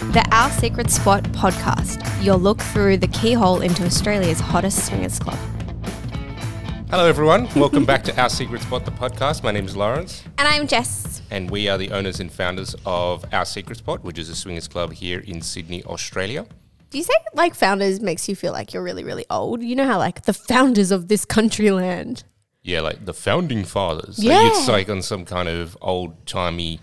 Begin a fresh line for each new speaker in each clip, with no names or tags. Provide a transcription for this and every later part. The Our Secret Spot podcast, your look through the keyhole into Australia's hottest swingers club.
Hello, everyone. Welcome back to Our Secret Spot, the podcast. My name is Lawrence,
And I'm Jess.
and we are the owners and founders of Our Secret Spot, which is a swingers club here in Sydney, Australia.
Do you say like founders makes you feel like you're really, really old? You know how like the founders of this country land.
Yeah, like the founding fathers. Like,
Yeah.
it's like on some kind of old timey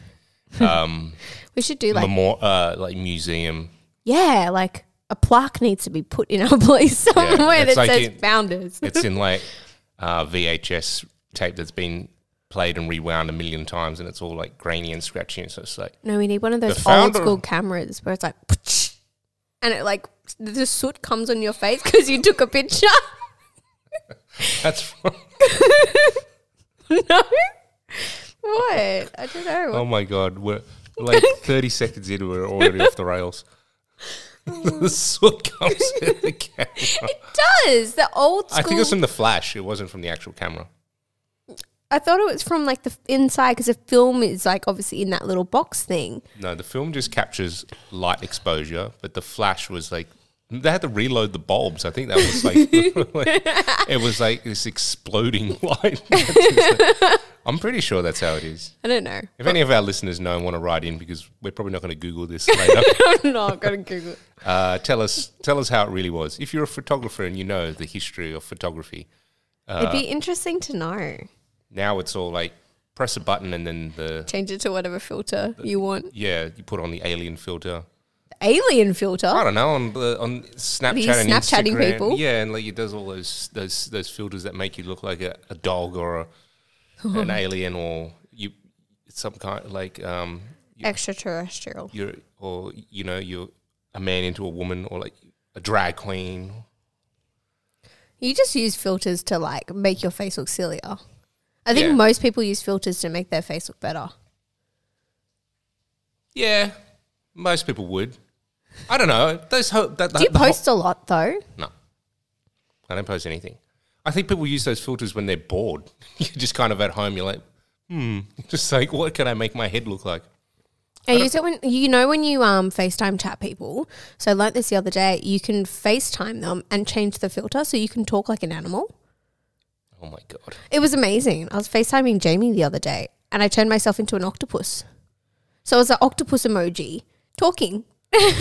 um,
We should do like
memor- uh, like museum.
yeah, like a plaque needs to be put in our place somewhere
it's
that
like
says
it-
founders.
It's in like uh, VHS tape that's been played and rewound a million times, and it's all like grainy and scratchy. And so it's like,
No, we need one of those old
founder-
school cameras where it's like, and it like the soot comes on your face because you took a picture.
that's.
no, what? I don't know.
Oh my god, we're like 30 seconds in, we're already off the rails. the soot comes in the camera.
It does. The old school.
I think it was from the flash. It wasn't from the actual camera.
I thought it was from like the f- inside because the film is like obviously in that little box thing.
No, the film just captures light exposure, but the flash was like they had to reload the bulbs. I think that was like, it was like this exploding light. I'm pretty sure that's how it is.
I don't know.
If any of our listeners know and want to write in, because we're probably not going to Google this later,
I'm not gonna Google. it.
Uh, tell us, tell us how it really was. If you're a photographer and you know the history of photography, Uh,
It'd be interesting to know.
now it's all like press a button and then the
Change it to whatever filter you want.
yeah, you put on the alien filter.
Alien filter.
I don't know on the, on Snapchat
you
and
Snapchatting
Instagram,
people?
yeah, and like it does all those those those filters that make you look like a, a dog or a, an alien or you some kind like um
Extraterrestrial.
you're or you know you're a man into a woman or like a drag queen.
You just use filters to like make your face look sillier. I think
Yeah.
most people use filters to make their face look better.
Yeah, most people would. I don't know. Those ho- that,
Do you
that- the ho-
post a lot though?
No, I don't post anything. I think people use those filters when they're bored. You're just kind of at home. You're like, hmm, just like what can I make my head look like?
I use it when you know when you um FaceTime chat people. So I learnt this the other day. You can FaceTime them and change the filter so you can talk like an animal.
Oh my god!
It was amazing. I was FaceTiming Jamie the other day and I turned myself into an octopus. So it was an octopus emoji talking. it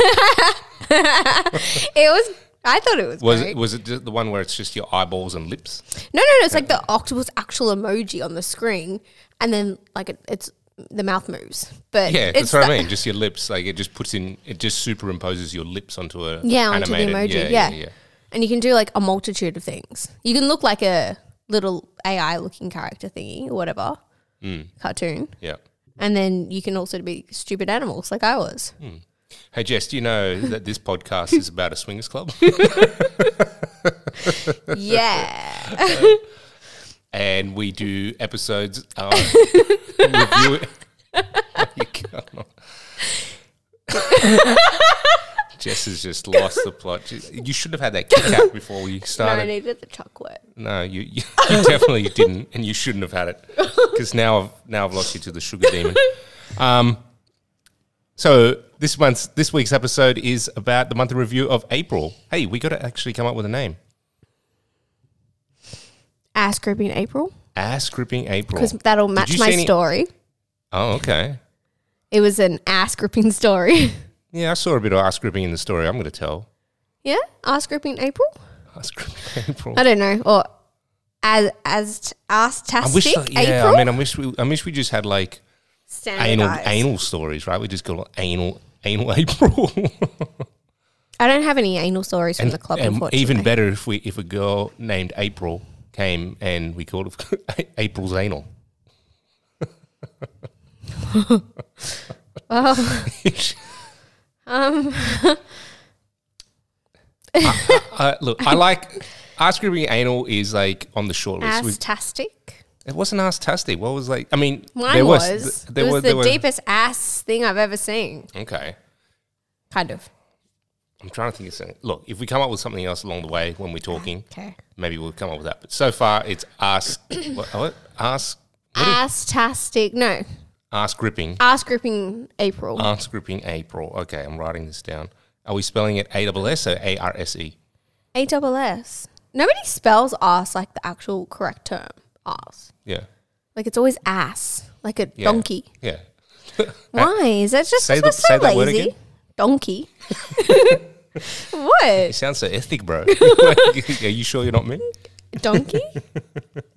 was I thought it was,
Was
great.
it was it just the one where it's just your eyeballs and lips?
No, no, no. It's like the octopus actual emoji on the screen, and then like it, it's the mouth moves. But
Yeah,
it's
that's what
the-
I mean. Just your lips. Like it just puts in. It just superimposes your lips onto a
Yeah, onto the emoji.
animated-
Yeah, and you can do like a multitude of things. You can look like a little AI looking character thingy or whatever
Mm.
cartoon,
yeah.
and then you can also be stupid animals like I was.
Hey Jess, do you know that this podcast is about a swingers club?
yeah.
and we do episodes uh, review You can't. Jess has just lost the plot. She- You should have had that kick out before we
No, I
started.
needed the chocolate.
No, you, you, you definitely didn't, and you shouldn't have had it because now I've now I've lost you to the sugar demon. Um, so this month's this week's episode is about the monthly review of April. Hey, we got to actually come up with a name.
Ass gripping April
Ass gripping April.
because that'll match
you
my
see any-
story.
Oh, okay.
It was an ass gripping story.
Yeah, I saw a bit of ass gripping in the story. I'm going to tell.
yeah, ass gripping April.
Ass gripping April.
I don't know, or as as astastic
I wish, like, yeah,
April
I mean, I wish we, I wish we just had like anal,
Standardized.
anal stories, right? We just call it anal, anal April.
I don't have any anal stories from the club,
and
unfortunately.
even better if we, if a girl named April came and we called it April's anal.
oh, um,
Uh, look, I like ass gripping anal is like on the short list. We-
astastic.
it wasn't ass tasty. What was like? I mean,
Mine
there was,
was.
th- there
it was
were-
the
there were-
deepest ass thing I've ever seen.
Okay,
Kind of.
I'm trying to think of something. Look, if we come up with something else along the way when we're talking,
Okay.
maybe we'll come up with that. But so far, it's ask what, what ask
Astastic. No.
Ass gripping.
Ass gripping April.
Ass gripping April. Okay, I'm writing this down. Are we spelling it A double S or A R S E?
A double S. Nobody spells ass like the actual correct term. Ass.
Yeah.
Like it's always ass. Like a
Yeah.
donkey.
Yeah.
Why? Is that just
Say
say
the-
so
say that word
lazy?
again.
Donkey.
You
what?
sound so ethnic, bro. Like, Are you sure you're not me?
Donkey?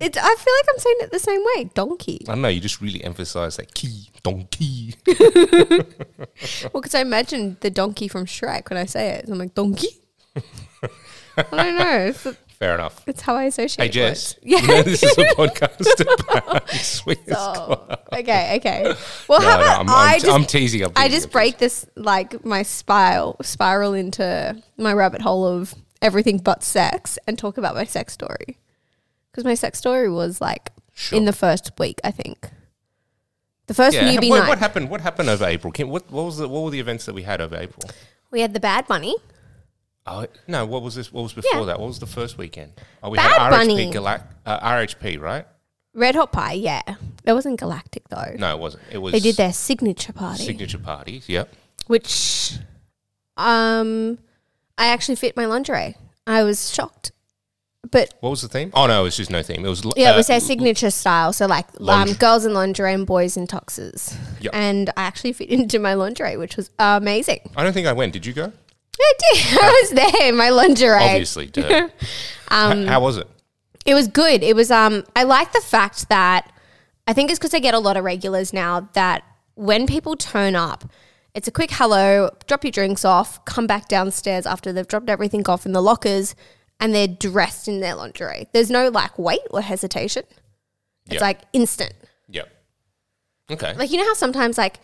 It's I feel like I'm saying it the same way. Donkey.
I don't know. You just really emphasize that key, donkey.
Well, because I imagine the donkey from Shrek when I say it. So I'm like, donkey? I don't know. It's,
Fair enough.
it's how I associate
Hey, Jess.
words. Yeah.
You know this is a podcast about sweet
So, Oh, okay, okay. Well, how about
I'm,
i
I'm,
just,
I'm teasing. I'm
I
teasing.
just break this like my spiral spiral into my rabbit hole of everything but sex and talk about my sex story because my sex story was like
Sure.
in the first week, I think. The first
Yeah.
newbie
What,
night,
what happened? What happened over April? Kim, what, what was the, what were the events that we had over April?
we had the Bad Bunny.
Oh no! What was this? What was before
Yeah.
that? What was the first weekend? Oh, we
Bad
had RHP
Bunny.
Galac- uh, RHP, right?
Red Hot Pie, yeah. That wasn't Galactic though.
No, it wasn't. It was
They did their signature party,
signature party. Yep.
which um I actually fit my lingerie. I was shocked. But
What was the theme? Oh no, it was just no theme. It was l-
yeah, it
uh,
was their signature style. So like um,
lingerie.
girls in lingerie and boys in tuxes.
Yep.
And I actually fit into my lingerie, which was amazing.
I don't think I went. Did you go?
I did. I was there in my lingerie.
Obviously. duh.
Um,
H- how was it?
It was good. It was um I like the fact that I think it's because I get a lot of regulars now that when people turn up, it's a quick hello, drop your drinks off, come back downstairs after they've dropped everything off in the lockers and they're dressed in their lingerie. There's no like wait or hesitation. It's
Yeah.
like instant.
Yep. Okay.
Like you know how sometimes like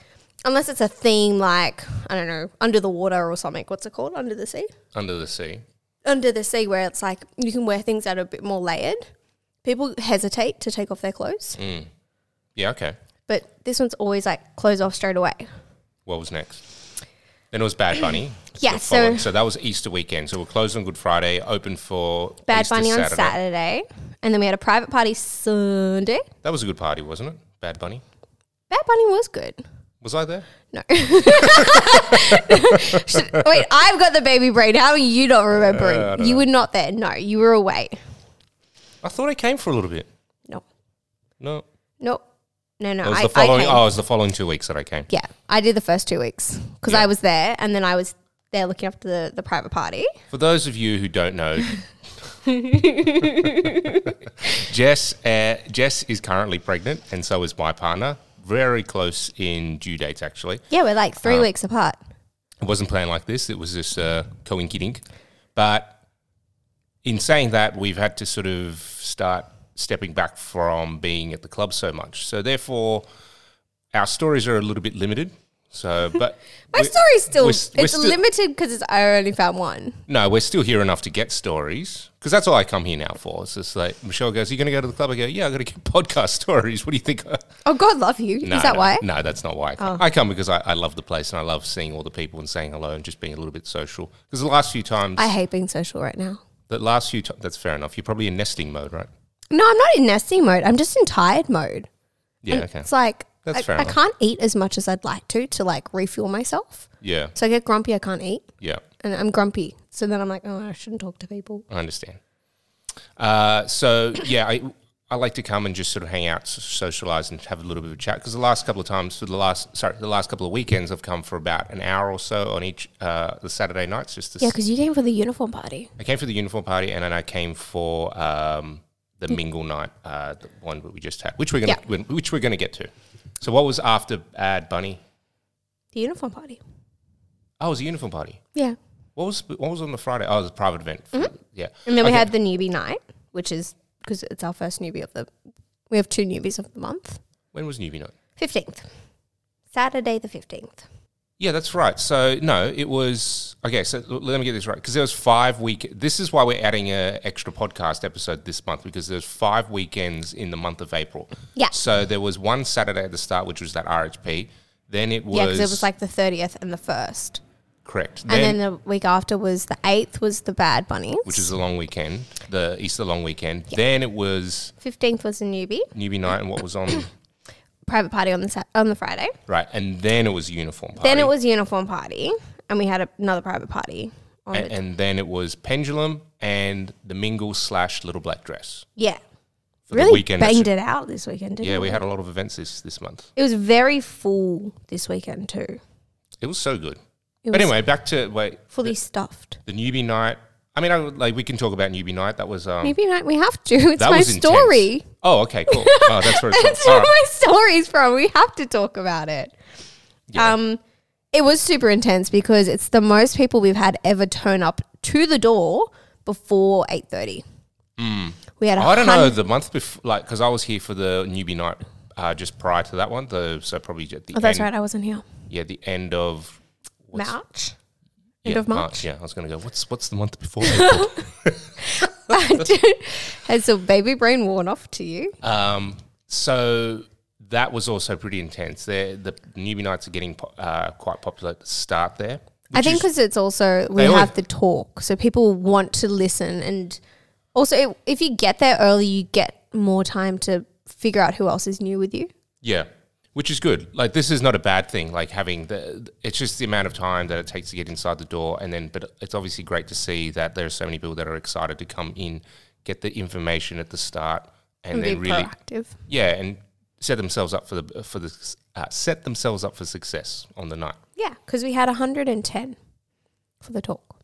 unless it's a theme like, I don't know, under the water or something, what's it called? Under the sea?
Under the sea.
under the sea where it's like you can wear things that are a bit more layered. People hesitate to take off their clothes,
Mm. Yeah. Okay.
but this one's always like clothes off straight away.
What was next? Then it was Bad Bunny.
Yeah,
The
so-
following- so that was Easter weekend. So we're closed on Good Friday, open for
Bad
Easter
Bunny on Saturday, and then we had a private party Sunday.
That was a good party, wasn't it? Bad Bunny.
Bad Bunny was good.
Was I there?
No. Should- wait, I've got the baby brain. How are you not
Uh,
remembering? you were not there. No, you were away.
I thought I came for a little bit.
No,
No.
no, no, no.
It was
I,
the
I
following.
came.
Oh, it was the following two weeks that I came.
Yeah, I did the first two weeks because I was there, and then I was there looking after the, the private party.
For those of you who don't know, Jess uh, Jess is currently pregnant, and so is my partner. Very close in due dates, actually.
Yeah, we're like
Uh,
three weeks apart.
It wasn't planned like this. It was just uh, coinky dink. But in saying that, we've had to sort of start stepping back from being at the club so much. So therefore, our stories are a little bit limited. So, but
My
we-
story's still
we're
it's
s- we're
limited 'cause
still-
limited because I only found one.
no, we're still here enough to get stories because that's all I come here now for. It's just like Michelle goes, "Are you going to go to the club?" I go, "Yeah, I got to get podcast stories." What do you think?
Oh God, love you.
No,
Is that
no,
why? Oh.
No, that's not why. I come, I come because I, I love the place and I love seeing all the people and saying hello and just being a little bit social. Because the last few times,
I hate being social right now.
the last few times, that's fair enough. You're probably in nesting mode, right?
No, I'm not in nesting mode. I'm just in tired mode.
Yeah. okay.
It's like
That's
I,
fair
I
enough.
can't eat as much as I'd like to to like refuel myself.
Yeah.
So I get grumpy. I can't eat,
Yeah.
and I'm grumpy. So then I'm like, oh, I shouldn't talk to people.
I understand. Uh, so yeah, I I like to come and just sort of hang out, s- socialize, and have a little bit of a chat. Because the last couple of times, for the last sorry, the last couple of weekends, I've come for about an hour or so on each uh, the Saturday nights. Just this,
Yeah, because you came for the uniform party.
I came for the uniform party, and then I came for um,
Hmm.
the mingle night, uh, the one that we just had, which we're gonna which we're gonna get to. So what was after Ad Bunny?
The uniform party.
Oh, it was a uniform party.
Yeah,
What was what was on the Friday? Oh, it was a private event.
Mm-hmm.
Yeah,
and then we
Okay.
had the newbie night, which is because it's our first newbie of the. We have two newbies of the month.
when was newbie night?
15th. Saturday the 15th.
Yeah, that's right. So no, it was okay. So l- let me get this right because there was five week. This is why we're adding a extra podcast episode this month because there's five weekends in the month of April.
Yeah.
So there was one Saturday at the start, which was that RHP. Then it was
Yeah, because it was like the 30th and the 1st.
correct.
And then,
Then,
the week after was the 8th was the Bad Bunnies.
which is the long weekend, the Easter long weekend. Then it was
15th was the newbie.
newbie night, and what was on?
private party on the Sat- on the Friday.
Right. And then it was uniform party.
Then it was uniform party, and we had a, another private party on
A-
the
And, then it was pendulum and the mingle slash little black dress.
yeah.
For the
Really
weekend, that
banged
should-
it out this weekend, didn't
Yeah,
we?
we had a lot of events this, this month.
It was very full this weekend too.
It was so good.
It
But
was
anyway, back to wait
fully stuffed.
the newbie night. I mean, I, would- like we can talk about newbie night. That was um,
Maybe not. We have to. It's
that
my
was intense.
story.
Oh, okay, cool. Oh, that's where it's
It's
from.
where
All right.
my story's from. We have to talk about it.
Yeah.
Um, it was super intense because it's the most people we've had ever turn up to the door before eight thirty. We had a
Mm. Oh, I don't
hun-
know the month before, like because I was here for the newbie night uh, just prior to that one. The so probably at the
Oh, that's
end,
right. I wasn't here.
yeah, the end of what's-
March.
yeah,
End of March.
Yeah, I was gonna go. What's what's the month before? April?
Has the baby brain worn off to you?
um, so that was also pretty intense. There, the newbie nights are getting po- uh, quite popular at the start there.
I think because it's also we
They always-
have the talk, so people want to listen, and also it, if you get there early, you get more time to figure out who else is new with you.
Yeah, which is good. Like this is not a bad thing. Like having the, it's just the amount of time that it takes to get inside the door, and then but it's obviously great to see that there are so many people that are excited to come in, get the information at the start, and,
And be
then really
proactive.
yeah, and set themselves up for the for the uh, set themselves up for success on the night.
Yeah, because we had 110 for the talk.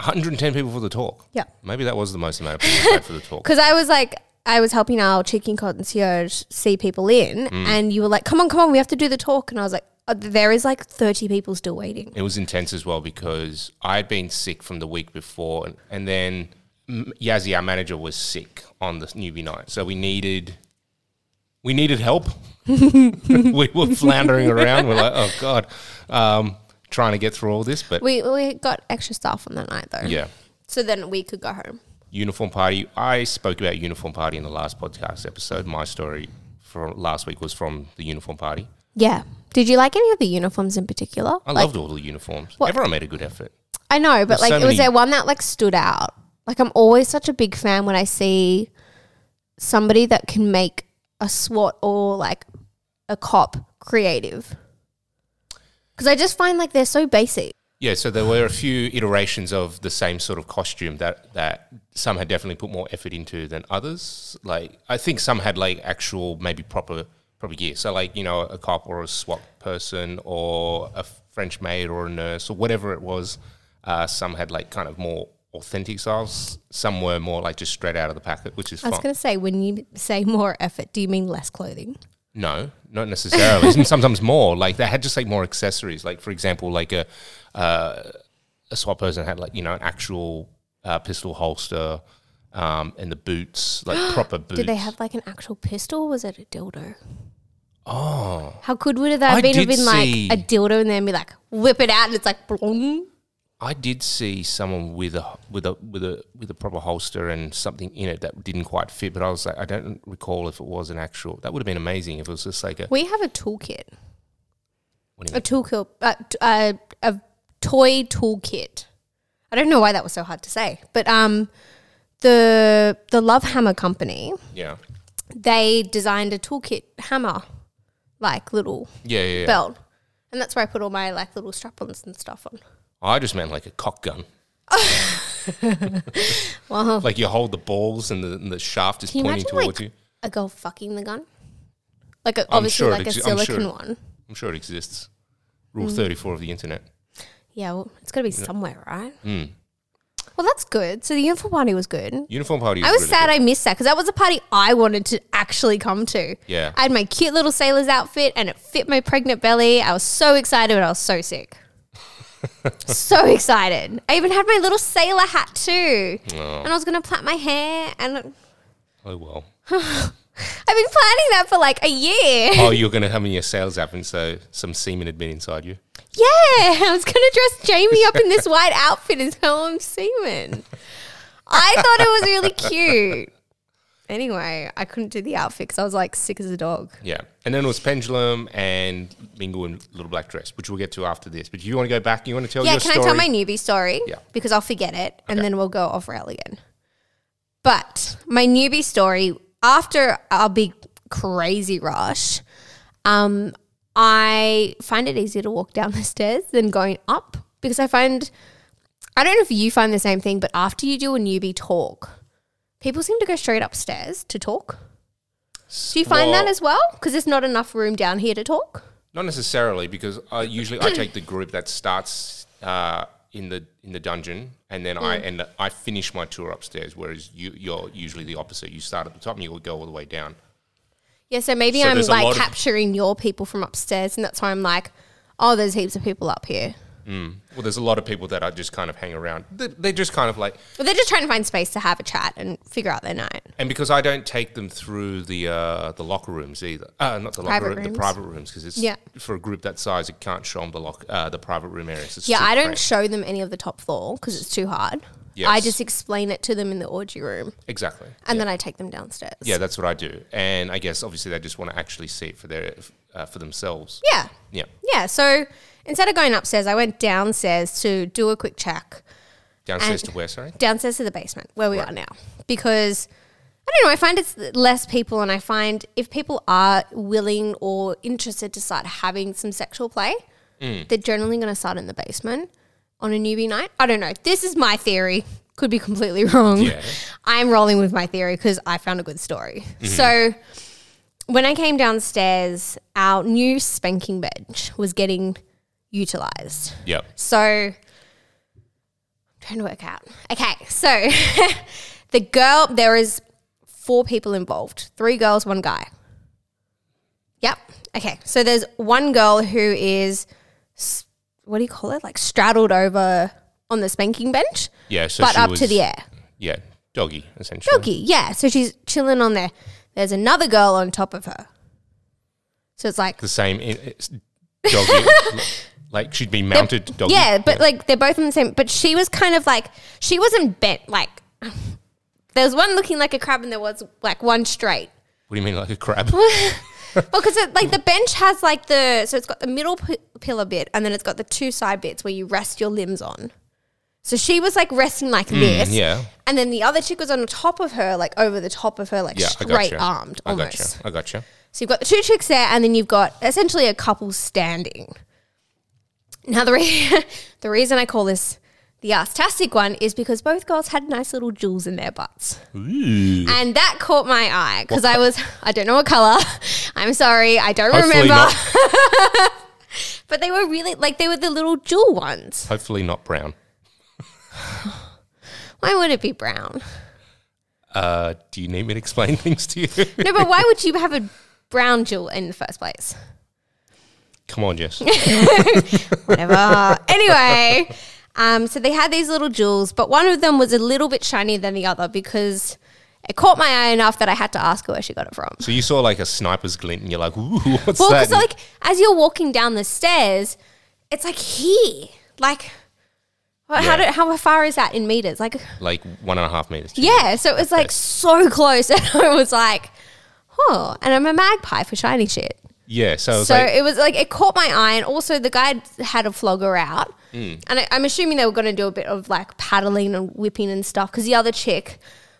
110 people for the talk.
Yeah.
Maybe that was the most amount of people we had for the talk.
Because I was like, I was helping our chicken concierge see people in,
Mm.
and you were like, come on, come on, we have to do the talk. And I was like, "Uh, there is like 30 people still waiting.
It was intense as well because I had been sick from the week before, and, and then M- Yazzie, our manager, was sick on the newbie night, so we needed we needed help. we were floundering around. We're like, oh god, um, trying to get through all this, but
We, we got extra staff on that night though.
yeah.
So then we could go home.
Uniform party. I spoke about uniform party in the last podcast episode. My story for last week was from the uniform party.
Yeah. Did you like any of the uniforms in particular?
I
like,
loved all the uniforms. Everyone made a good effort.
I know, but
There's
like,
so
it was
many-
there one that like stood out? Like, I'm always such a big fan when I see somebody that can make a SWAT or like a cop creative. Because I just find like they're so basic.
Yeah, so there were a few iterations of the same sort of costume that that some had definitely put more effort into than others. Like I think some had like actual maybe proper proper gear. So like you know a cop or a SWAT person or a French maid or a nurse or whatever it was. Uh, some had like kind of more authentic styles. Some were more like just straight out of the packet, which is
I was
fine.
going to say, when you say more effort, do you mean less clothing?
No, not necessarily. And sometimes more. Like they had just like more accessories. Like for example, like a uh, a SWAT person had like you know an actual uh, pistol holster um, and the boots, like proper boots.
Did they have like an actual pistol? Or was it a dildo?
Oh,
How good would it have
I
been to have
did
been like
see-
a dildo and then be like, whip it out and it's like, blong.
I did see someone with a with a with a with a proper holster and something in it that didn't quite fit. But I was like, I don't recall if it was an actual. That would have been amazing if it was just like a.
We have a toolkit.
What do you
a toolkit, uh, t- uh, a toy toolkit. I don't know why that was so hard to say, but um, the the Love Hammer company
mean? Yeah.
they designed a toolkit hammer, like little
Yeah, yeah, yeah.
belt, and that's where I put all my like little strap-ons and stuff on.
I just meant like a cock gun.
Wow,
Like you hold the balls and the, and the shaft is
Can you
pointing
imagine, like-
towards you.
a girl fucking the gun, like a, obviously
sure it
like a
exi- I'm sure
silicon
it-
one.
I'm sure it exists. Rule
Mm.
34 of the internet.
Yeah, well, it's got to be somewhere, right?
Hmm.
Well, that's good. So the uniform party was good.
Uniform party.
I was sad I missed that because that was a party I wanted to actually come to.
Yeah.
I had my cute little sailor's outfit and it fit my pregnant belly. I was so excited, but I was so sick. so excited. I even had my little sailor hat too. And I was going to plait my hair. And I've been
oh well.
planning that for like a year.
Oh, you're going to have in your sales app, and so some semen had been inside you.
Yeah, I was going to dress Jamie up in this white outfit and tell him semen. I thought it was really cute. Anyway, I couldn't do the outfit because I was like sick as a dog.
Yeah, and then it was pendulum and mingle and little black dress, which we'll get to after this. But you want to go back? You want to tell
Yeah,
your
can
story?
I tell my newbie story?
Yeah.
Because I'll forget it and then we'll go off rail again. But my newbie story, after our big crazy rush, Um, I find it easier to walk down the stairs than going up because I find, I don't know if you find the same thing, but after you do a newbie talk, people seem to go straight upstairs to talk. Do you find that
Well,
as well? Because there's not enough room down here to talk.
Not necessarily, because I, usually I take the group that starts uh, in the in the dungeon, and then
Mm.
I end up, I finish my tour upstairs. Whereas you, you're usually the opposite. You start at the top, and you go all the way down.
Yeah, so maybe
So
I'm
there's a lot
like
of-
capturing your people from upstairs, and that's why I'm like, oh, there's heaps of people up here.
Well, there's a lot of people that I just kind of hang around. They- They're just kind of like,
But they're just trying to find space to have a chat and figure out their night.
and because I don't take them through the uh, the locker rooms either. Uh, not the locker
Private
room,
rooms.
the private rooms, because it's
Yeah.
for a group that size, it can't show them the lock uh, the private room areas. It's
Yeah,
too
I don't
cramped.
show them any of the top floor because it's too hard. I
Yes.
just explain it to them in the orgy room,
exactly.
and then I take them downstairs.
Yeah, that's what I do. And I guess obviously they just want to actually see it for their uh, for themselves.
yeah,
Yeah.
yeah. So instead of going upstairs, I went downstairs to do a quick check.
Downstairs
And-
to where, sorry?
downstairs to the basement where we
Right.
are now because I don't know. I find it's less people, and I find if people are willing or interested to start having some sexual play,
Mm.
they're generally going to start in the basement on a newbie night. I don't know. This is my theory. Could be completely wrong.
Yeah.
I'm rolling with my theory because I found a good story.
Mm-hmm.
So when I came downstairs, our new spanking bench was getting utilized.
Yep.
So I'm trying to work out. Okay, so the girl there is four people involved. Three girls, one guy. Yep. Okay. So there's one girl who is s- what do you call it? Like straddled over on the spanking bench,
Yeah. So
but
she
up
was,
to the e- air.
Yeah. Doggy, essentially.
Doggy, yeah. So she's chilling on there. There's another girl on top of her. So it's like
The same. In, it's doggy. like she'd be mounted doggy.
Yeah, but like they're both on the same. But she was kind of like she wasn't bent. Like there was one looking like a crab, and there was like one straight.
What do you mean, like a crab?
Well, because like the bench has like the so it's got the middle p- pillar bit, and then it's got the two side bits where you rest your limbs on. So she was like resting like this,
Mm, yeah.
and then the other chick was on top of her, like over the top of her, like
Yeah, I
straight
gotcha.
armed
I
almost.
gotcha. I gotcha.
So you've got the two chicks there, and then you've got essentially a couple standing. Now, the, re- the reason I call this the ass-tastic one is because both girls had nice little jewels in their butts. And that caught my eye because I was, I don't know what color. I'm sorry, I don't
Hopefully
remember.
not.
But they were really, like, they were the little jewel ones.
Hopefully not brown.
Why would it be brown?
Uh, do you need me to explain things to you?
No, but why would you have a brown jewel in the first place?
Come on, Jess.
whatever. anyway, um, so they had these little jewels, but one of them was a little bit shinier than the other because it caught my eye enough that I had to ask her where she got it from.
so you saw like a sniper's glint, and you're like, "Ooh, what's
Well,
that?"
because like as you're walking down the stairs, it's like here, like well, how do,
Yeah.
how far is that in meters? Like
like one and a half meters.
yeah, so it was like so close, and I was like, oh, and I'm a magpie for shiny shit.
Yeah. So, I was
So
like,
it was like it caught my eye, and also the guy had a flogger out, and I, I'm assuming they were going to do a bit of like paddling and whipping and stuff because the other chick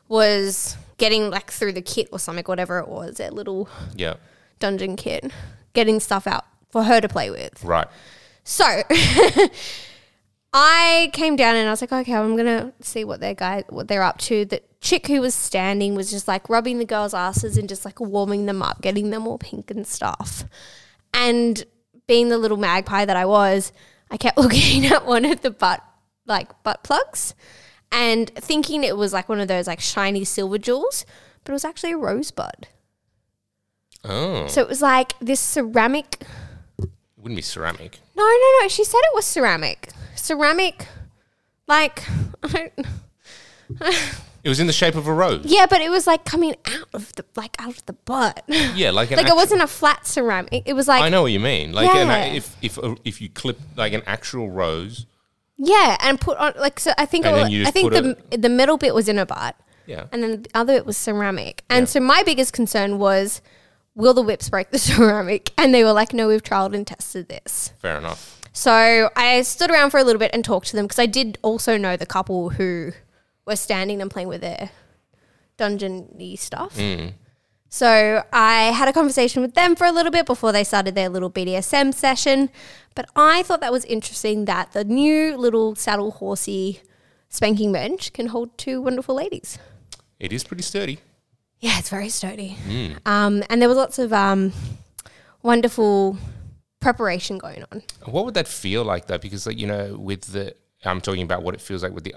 was getting like through the kit or something, whatever it was, that little
yeah,
dungeon kit, getting stuff out for her to play with.
right.
So I came down and I was like, okay, I'm gonna see what their guy, what they're up to. The chick who was standing was just like rubbing the girls' asses and just like warming them up, getting them all pink and stuff. And being the little magpie that I was, I kept looking at one of the butt, like butt plugs, and thinking it was like one of those like shiny silver jewels, but it was actually a rosebud.
Oh,
So it was like this ceramic
it wouldn't be ceramic.
No, no, no. She said it was ceramic. Ceramic, like, I don't,
It was in the shape of a rose.
yeah, but it was like coming out of the like out of the butt. like
Yeah, like an
it
actual-
wasn't a flat ceramic. It was
I
like
know what you mean. Like, an,
Yeah.
if if uh, if you clip like an actual rose,
yeah, and put on like so. I think it
And then
was,
you just
I think
put
the the middle bit was in a butt,
yeah,
and then the other bit was ceramic. And so my biggest concern was, will the whips break the ceramic? And they were like, no, we've trialed and tested this.
fair enough.
So I stood around for a little bit and talked to them because I did also know the couple
Mm.
who were standing and playing with their dungeon y stuff. So I had a conversation with them for a little bit before they started their little BDSM session. But I thought that was interesting that the new little saddle horsey spanking bench can hold two wonderful ladies.
It is pretty sturdy.
Yeah, it's very sturdy.
Mm.
Um, and there was lots of um, wonderful preparation going on.
What would that feel like though? Because like, you know, with the I'm talking about what it feels like with the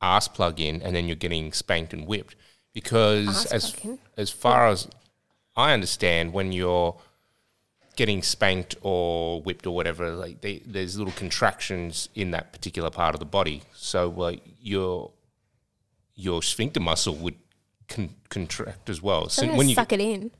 ass plug in, and then you're getting spanked and whipped. Because as
plug in?
as far as I understand, when you're getting spanked or whipped or whatever, like they, there's little contractions in that particular part of the body. So like your your sphincter muscle would con- contract as well.
So
so when you
suck it in.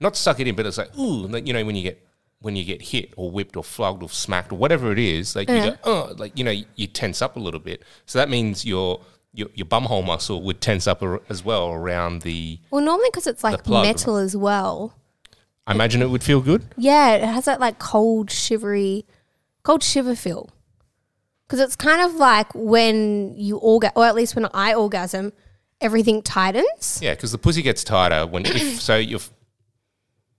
not suck it in, but it's like ooh, like you know when you get when you get hit or whipped or flogged or smacked or whatever it is, like you go oh, like you know you, tense up a little bit. So that means your your your bumhole muscle would tense up ar- as well around the.
Well, normally because it's like
plug.
metal as well.
I imagine it would feel good.
Yeah, it has that like cold, shivery, cold shiver feel. Because it's kind of like when you orgasm, or at least when I orgasm, everything tightens.
Yeah, because the pussy gets tighter when if so you're. f-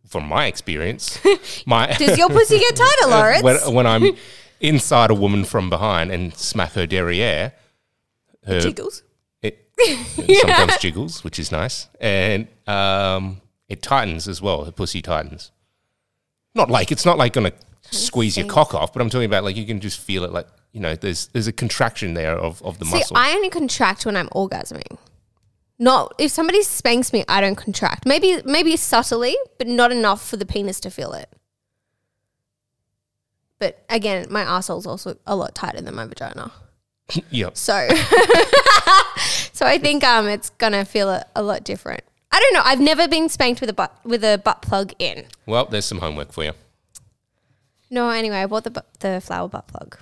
From my experience, my
Does your pussy get tighter, Lawrence?
Uh, when, when I'm inside a woman from behind and smack her derriere, her
Jiggles.
It sometimes jiggles, which is nice, and um, it tightens as well. The pussy tightens. Not like it's not like gonna squeeze your cock off, but I'm talking about like you can just feel it. Like you know, there's there's a contraction there of of the
See,
muscle.
I only contract when I'm orgasming. Not if somebody spanks me, I don't contract. Maybe maybe subtly, but not enough for the penis to feel it. But again, my arsehole's also a lot tighter than my vagina.
yep.
So, so I think um, it's gonna feel a, a lot different. I don't know. I've never been spanked with a butt with a butt plug in.
Well, there's some homework for you.
No, anyway, I bought the bu- the flower butt plug.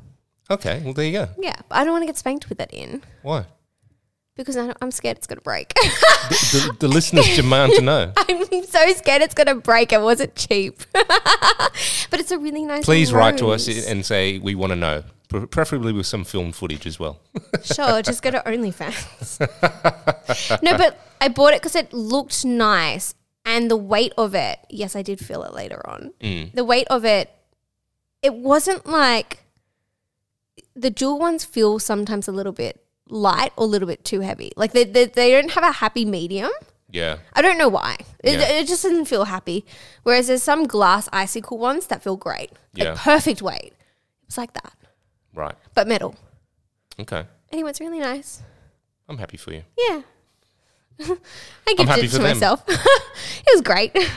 Okay. Well, there you go.
Yeah, but I don't want to get spanked with that in
Why?
because I don't, I'm scared it's gonna break.
The, the listeners demand to know.
I'm so scared it's gonna break. It wasn't cheap, but it's a really nice.
Please write to us
rose.
and say we want to know, pre- preferably with some film footage as well.
Sure, just go to OnlyFans. no, but I bought it because it looked nice. And the weight of it, yes, I did feel it later on.
Mm.
The weight of it, it wasn't like the jewel ones feel sometimes a little bit light or a little bit too heavy. Like they, they, they don't have a happy medium.
Yeah.
I don't know why. It,
Yeah.
it just doesn't feel happy. Whereas there's some glass icicle ones that feel great.
Yeah.
Like perfect weight. It's like that,
Right.
but metal.
Okay.
Anyway, it's really nice.
I'm happy for you.
Yeah. I gifted
happy
it
for
to
them.
myself. it was great.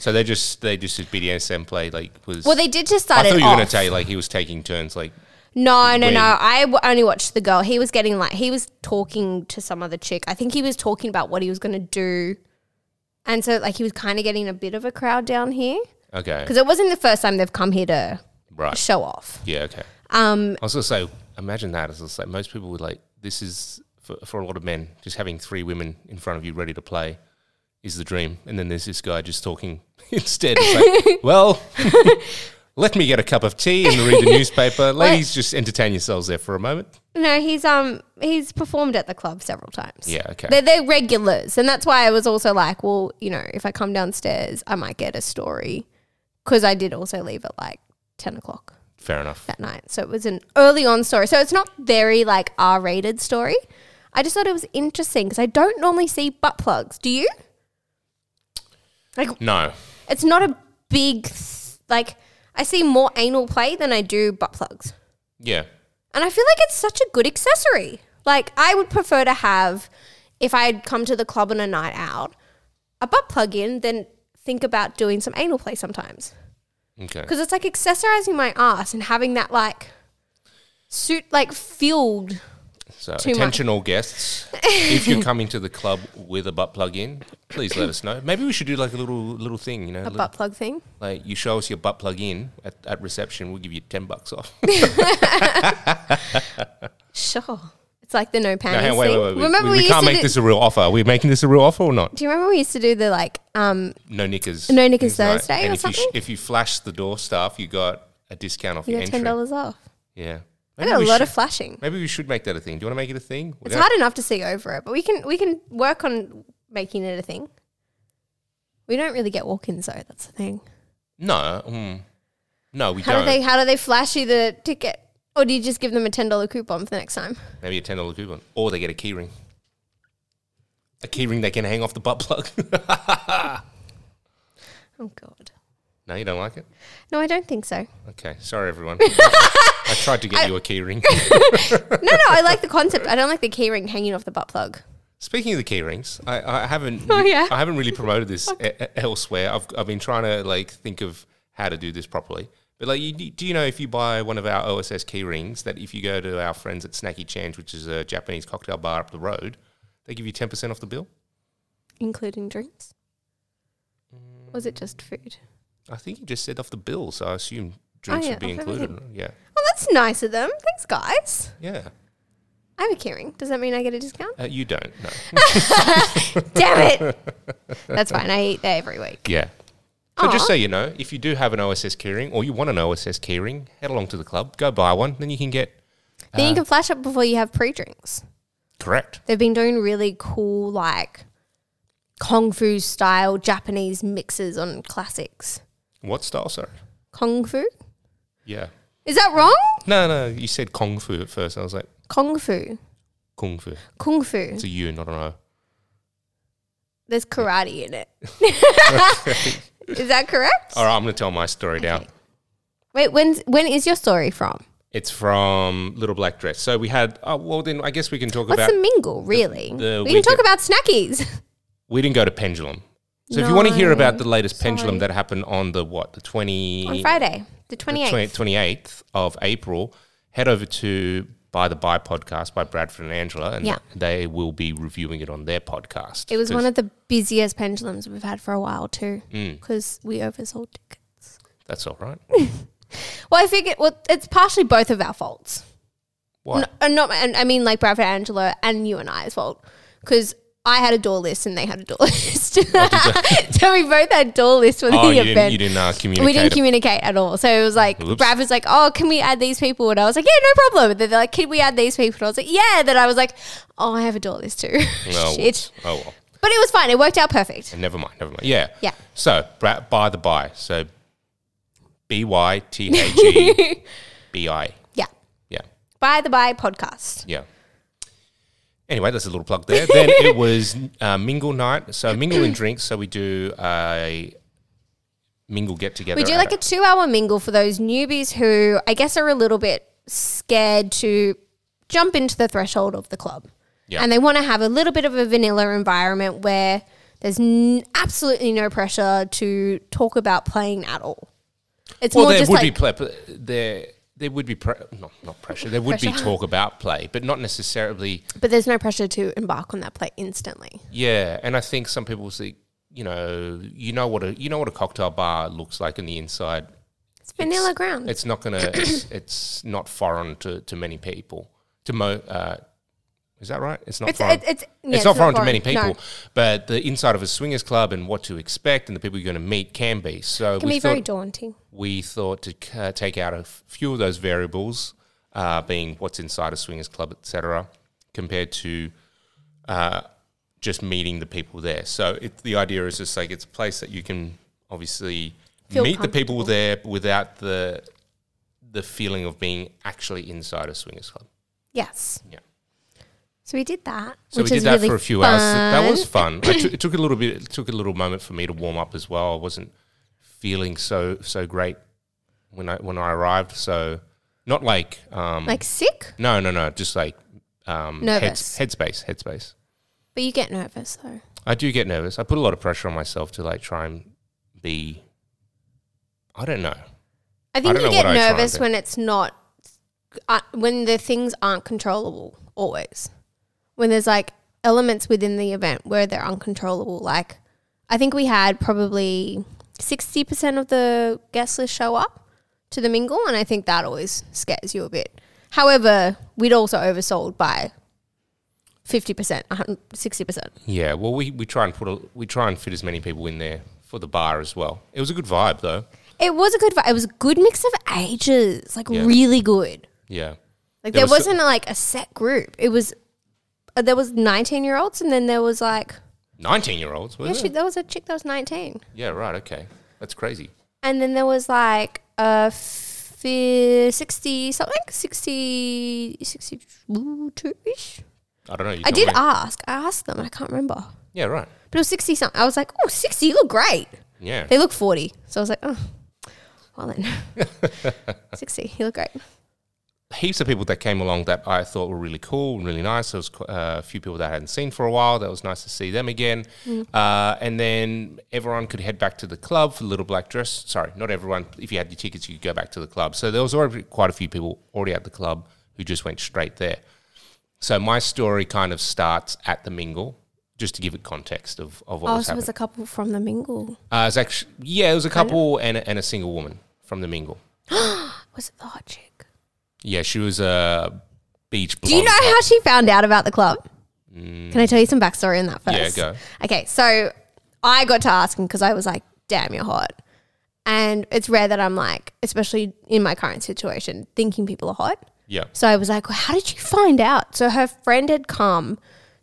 So they just they just did BDSM play like was.
Well, they did just
I
start
thought
it
you were going
off.
to say like he was taking turns. Like
no, no,
when-
no. I w- only watched the girl. He was getting like he was talking to some other chick. I think he was talking about what he was going to do, and so like he was kind of getting a bit of a crowd down here
okay,
because it wasn't the first time they've come here to
right?
show off.
Yeah, okay.
Um,
I was going to say, imagine that. I was just like, most people would like this is for, for a lot of men just having three women in front of you ready to play is the dream, and then there's this guy just talking instead. It's like, well. Let me get a cup of tea and read the newspaper. Ladies, just entertain yourselves there for a moment.
no, he's um he's performed at the club several times.
Yeah, okay.
They're, they're regulars. And that's why I was also like, well, you know, if I come downstairs, I might get a story. Because I did also leave at like 10 o'clock
Fair enough.
that night. So it was an early on story. So it's not very like R rated story. I just thought it was interesting because I don't normally see butt plugs. Do you? Like,
No.
it's not a big, th- like, I see more anal play than I do butt plugs.
Yeah.
And I feel like it's such a good accessory. Like I would prefer to have if I had come to the club on a night out, a butt plug in, then think about doing some anal play sometimes.
Okay.
Because it's like accessorizing my ass and having that like suit like filled.
So
much.
attention all guests. if you're coming to the club with a butt plug in, please let us know. Maybe we should do like a little little thing, you know,
A
li-
butt plug thing.
like you show us your butt plug in at, at reception, we'll give you ten bucks off.
Sure. It's like the no panties
Hang on, wait,
thing.
wait, wait. We,
Remember
we,
we,
we
used
can't
to
make
do,
this a real offer. Are we making this a real offer or not?
Do you remember we used to do the like um
No knickers.
No knickers
things night.
Thursday
and
or
if you, sh-
something?
if you flash the door staff, you got a discount off
you
your
got
entry.
ten dollars off?
Yeah.
I got a
we
lot
should,
of flashing.
maybe we should make that a thing. Do you want to make it a thing? We're
It's
gonna-
hard enough to see over it, but we can we can work on making it a thing. We don't really get walk-ins though. That's the thing.
No, mm, no, we
How
don't.
do they? How do they flash you the ticket? Or do you just give them a ten dollar coupon for the next time?
Maybe a ten dollar coupon, or they get a key ring. A key ring they can hang off the butt plug.
Oh God.
no, you don't like it.
No, I don't think so.
Okay, sorry everyone. I tried to get you a key ring.
No, no, I like the concept. I don't like the keyring hanging off the butt plug.
Speaking of the key rings, I, I haven't.
Oh, yeah.
I haven't really promoted this e- e- elsewhere. I've I've been trying to like think of how to do this properly. But like, you, do you know if you buy one of our OSS key rings that if you go to our friends at Snacky Change, which is a Japanese cocktail bar up the road, they give you ten percent off the bill.
including drinks? Was it just food?
I think you just said off the bill, so I assume drinks
Oh, yeah,
would be
off
included. Yeah,
Well, that's nice of them. Thanks, guys.
yeah.
I have a keyring. Does that mean I get a discount?
Uh, you don't. No.
Damn it! That's fine. I eat there every week.
Yeah. So just
Aw.
so you know, if you do have an OSS keyring or you want an OSS keyring, head along to the club, go buy one, then you can get
Then you can flash up before you have pre-drinks.
correct.
They've been doing really cool, like kung fu style Japanese mixes on classics.
What style, sorry?
Kung fu?
Yeah.
Is that wrong?
No, no, you said kung fu at first. I was like,
Kung fu.
kung fu.
Kung fu.
It's a U, not an O.
There's karate in it. Is that correct?
All right, I'm going to tell my story now.
Wait, when's, when is your story from?
It's from Little Black Dress. So we had, oh, well, then I guess we can talk
What's
about.
the mingle, really?
the
we can talk
weekend-
about snackies.
we didn't go to Pendulum. So if you want to hear
No,
about the latest
sorry.
Pendulum that happened on the what, the 20.
On Friday, the 28th.
the 20 28th of April, head over to By the By podcast by Bradford and Angela, and
Yeah.
they will be reviewing it on their podcast.
It was one of the busiest pendulums we've had for a while, too,
Mm.
because we oversold tickets.
That's all right.
Well, I figured, well, it's partially both of our faults.
Why?
N- uh, not, and I mean, like Bradford Angela and you and I's fault, because I had a door list and they had a door list. so we both had door lists for
oh,
the
you didn't,
event.
you didn't uh, communicate.
we didn't
it.
communicate at all. So it was like
Oops.
Brad was like, "Oh, can we add these people?" And I was like, "Yeah, no problem." And they're like, "Can we add these people?" And I was like, "Yeah." Then I was like, "Oh, I have a door list too."
oh,
Shit.
well. oh well.
But it was fine. It worked out perfect.
Never mind. Never mind. Yeah.
Yeah.
So Brad, by the by, so B Y T H E B I.
Yeah.
Yeah.
By the by, podcast.
Yeah. Anyway, that's a little plug there. Then it was uh, mingle night. So mingle and drinks. So we do a mingle get together.
We do like a two-hour mingle for those newbies who I guess are a little bit scared to jump into the threshold of the club,
Yeah.
and they want to have a little bit of a vanilla environment where there's n- absolutely no pressure to talk about playing at all. It's
well,
more
there
just
would
like
be play, but there there would be pre- not not pressure. There would be
Pressure.
talk about play, but not necessarily.
But there's no pressure to embark on that play instantly.
Yeah, and I think some people see. You know, you know what a you know what a cocktail bar looks like on the inside.
It's vanilla ground.
It's not gonna. it's, it's not foreign to, to many people. To mo, uh, is that right? It's not
It's-
foreign.
it's- it's- yeah,
it's
it's
not
not
foreign to
foreign.
many people.
No.
But the inside of a swingers club and what to expect and the people you're going to meet can be. So
It can
we
be
thought
very daunting.
we thought to c- uh, take out a f- few of those variables, uh, being what's inside a swingers club, etc., compared to uh, just meeting the people there. So it, the idea is just like it's a place that you can obviously
Feel
meet the people
comfortable.
there without the the feeling of being actually inside a swingers club.
Yes.
Yeah.
So we did that.
So
which
we
is
did that
really
for a few hours. That was fun. I took- it took a little bit. It took a little moment for me to warm up as well. I wasn't feeling so so great when I when I arrived. So not like um
like sick,
no no no just like um
Nervous.
Head, headspace headspace.
but you get nervous though.
I do get nervous. I put a lot of pressure on myself to like try and be. I don't know.
I think
don't
you
know what
get
I try and
nervous
do.
when it's not, uh, when the things aren't controllable. Always, when there's like elements within the event where they're uncontrollable. Like, I think we had probably sixty percent of the guest list show up to the mingle, and I think that always scares you a bit. However, we'd also oversold by fifty percent, sixty percent.
Yeah. Well, we we try and put a, we try and fit as many people in there for the bar as well. It was a good vibe though.
It was a good. vi- It was a good mix of ages, like
Yeah.
really good.
Yeah.
Like
There
there,
was-
was not like a set group. It was uh, there was nineteen year olds, and then there was like
Nineteen year olds, was
Yeah,
it?
she, there was a chick that was 19.
yeah, right. Okay, that's crazy.
And then there was like a fi- 60 something, 60, 62 ish.
I don't know. You
I
tell
did
me.
ask. I asked them. I can't remember.
yeah, right.
But it was 60 something. I was like, oh, 60, you look great.
Yeah,
They look 40. So I was like, oh, well then. 60, you look great.
heaps of people that came along that I thought were really cool and really nice. There was qu- uh, a few people that I hadn't seen for a while. That was nice to see them again.
Mm.
Uh, and then everyone could head back to the club for the little black dress. Sorry, not everyone. If you had your tickets, you could go back to the club. So there was already quite a few people already at the club who just went straight there. So my story kind of starts at the mingle, just to give it context of, of what
Oh,
was
so it
happening.
was a couple from the mingle.
Uh, it was actually, yeah, it was a couple and a, and a single woman from the mingle.
Was it the hot chick?
Yeah, she was a beach blonde.
Do you know how she found out about the club? Can I tell you some backstory on that
Mm. Yeah,
first?
go.
Okay, so I got to ask him because I was like, damn, you're hot. And it's rare that I'm like, especially in my current situation, thinking people are hot.
Yeah.
So I was like, well, how did you find out? So her friend had come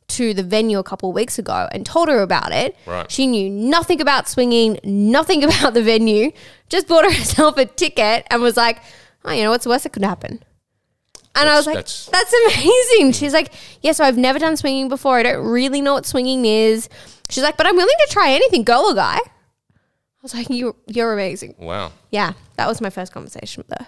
to the venue a couple of weeks ago and told her about it.
Right.
She knew nothing about swinging, nothing about the venue, just bought herself a ticket and was like, oh, you know, what's the worst that could happen? And I
That's-
was like,
that's-
that's, amazing. She's like, yeah, so I've never done swinging before. I don't really know what swinging is. She's like, but I'm willing to try anything, girl or guy. I was like, you, you're amazing.
Wow.
Yeah, that was my first conversation with her.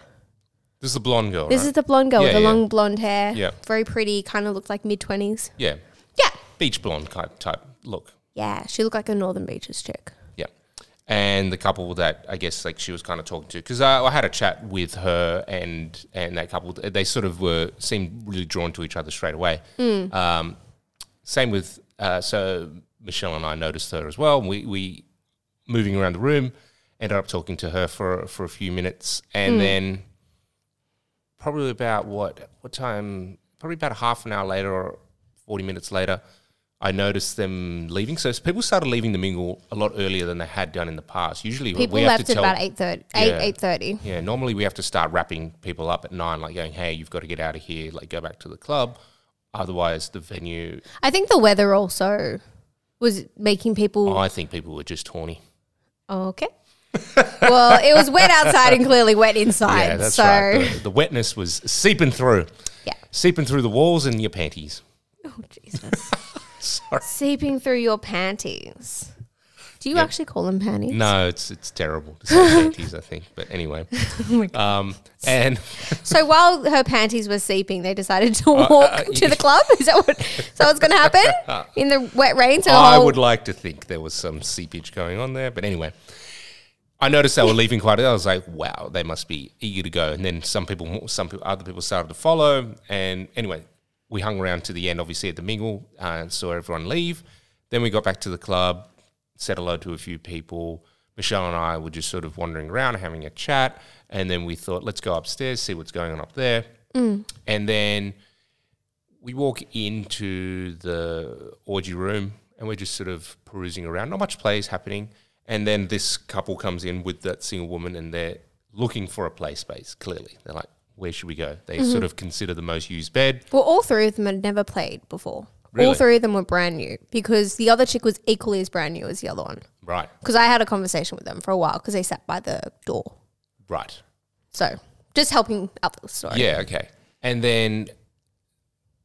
This is the blonde girl,
This
right?
is the blonde girl
Uh, Yeah,
with the
yeah.
long blonde hair.
Yeah.
Very pretty, kind of looked like mid 20s.
yeah,
Yeah.
beach blonde type type look.
Yeah, she looked like a Northern Beaches chick.
Yeah, and the couple that I guess like she was kind of talking to because I, I had a chat with her and and that couple. They sort of were seemed really drawn to each other straight away.
Hmm.
Um, same with uh, so Michelle and I noticed her as well. We we moving around the room, ended up talking to her for for a few minutes, and
Hmm.
then probably about what what time? Probably about half an hour later or forty minutes later, I noticed them leaving. So people started leaving the mingle a lot earlier than they had done in the past. Usually,
People
we have
left
to
at
tell.
about 8.30. 8,
Yeah.
8.30.
Yeah, normally we have to start wrapping people up at nine, like going, "Hey, you've got to get out of here. Like, go back to the club." Otherwise, the venue.
I think the weather also was making people
I think people were just horny. Oh.
Okay. well, it was wet outside and clearly wet inside.
Yeah, that's
so
right. The, the wetness was seeping through.
Yeah.
Seeping through the walls and your panties.
Oh Jesus.
Sorry.
Seeping through your panties. Do you actually call them panties?
No, it's it's terrible to say panties, I think. But anyway. um, and
So while her panties were seeping, they decided to
Uh,
walk to the club. Is that what is that what's gonna happen? In the wet rain? So the
I
whole-
would like to think there was some seepage going on there. But anyway. I noticed they were leaving quite. I was like, "Wow, they must be eager to go." And then some people, some people, other people started to follow. And anyway, we hung around to the end, obviously at the mingle, uh, and saw everyone leave. Then we got back to the club, said hello to a few people. Michelle and I were just sort of wandering around, having a chat, and then we thought, "Let's go upstairs, see what's going on up there." And then we walk into the orgy room and we're just sort of perusing around. Not much play is happening. And then this couple comes in with that single woman and they're looking for a play space, clearly. They're like, where should we go? They
Mm-hmm.
sort of consider the most used bed.
Well, all three of them had never played before.
Really?
All three of them were brand new because the other chick was equally as brand new as the other one.
Right,
Because I had a conversation with them for a while because they sat by the door.
right.
So just helping out the story.
Yeah, okay. And then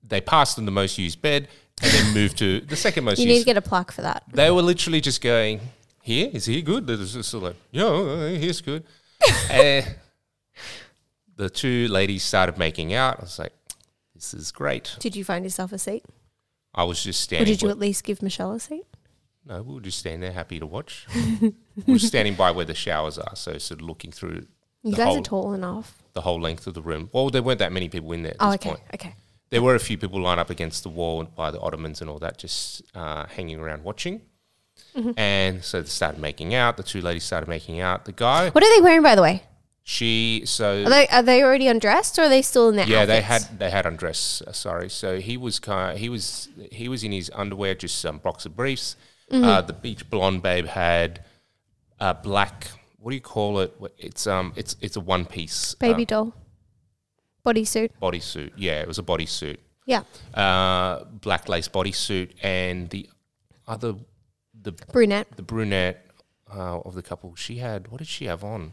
they passed them the most used bed and then moved to the second most
You need
used
to get a plaque for that.
They were literally just going, "Here is he good?" They're just sort of like, "Yeah, uh, he's good." Eh, the two ladies started making out. I was like, "This is great."
Did you find yourself a seat?
I was just
Or
standing.
did you at least give Michelle a seat?
no, we were just standing there, happy to watch. we were standing by where the showers are, so sort of looking through
You
The
guys
whole-
are tall enough.
the whole length of the room. Well, there weren't that many people in there at
Oh,
this
okay.
point.
Okay.
There were a few people lined up against the wall by the Ottomans and all that, just uh, hanging around watching.
Mm-hmm.
And so they started making out. The two ladies started making out. The guy,
What are they wearing, by the way?
she, so
Are they, are they already undressed or are they still in their
Yeah, they
outfits?
had they had undress. Uh, sorry, so he was kind. He was he was in his underwear, just some boxer briefs. Uh,
Mm-hmm.
the beach blonde babe had uh, black. What do you call it? Wh- It's um, it's it's a one piece
Baby doll. Bodysuit.
bodysuit. Yeah, it was a bodysuit,
Yeah.
uh, black lace bodysuit, and the other the
brunette.
the brunette uh, of the couple, she had what did she have on?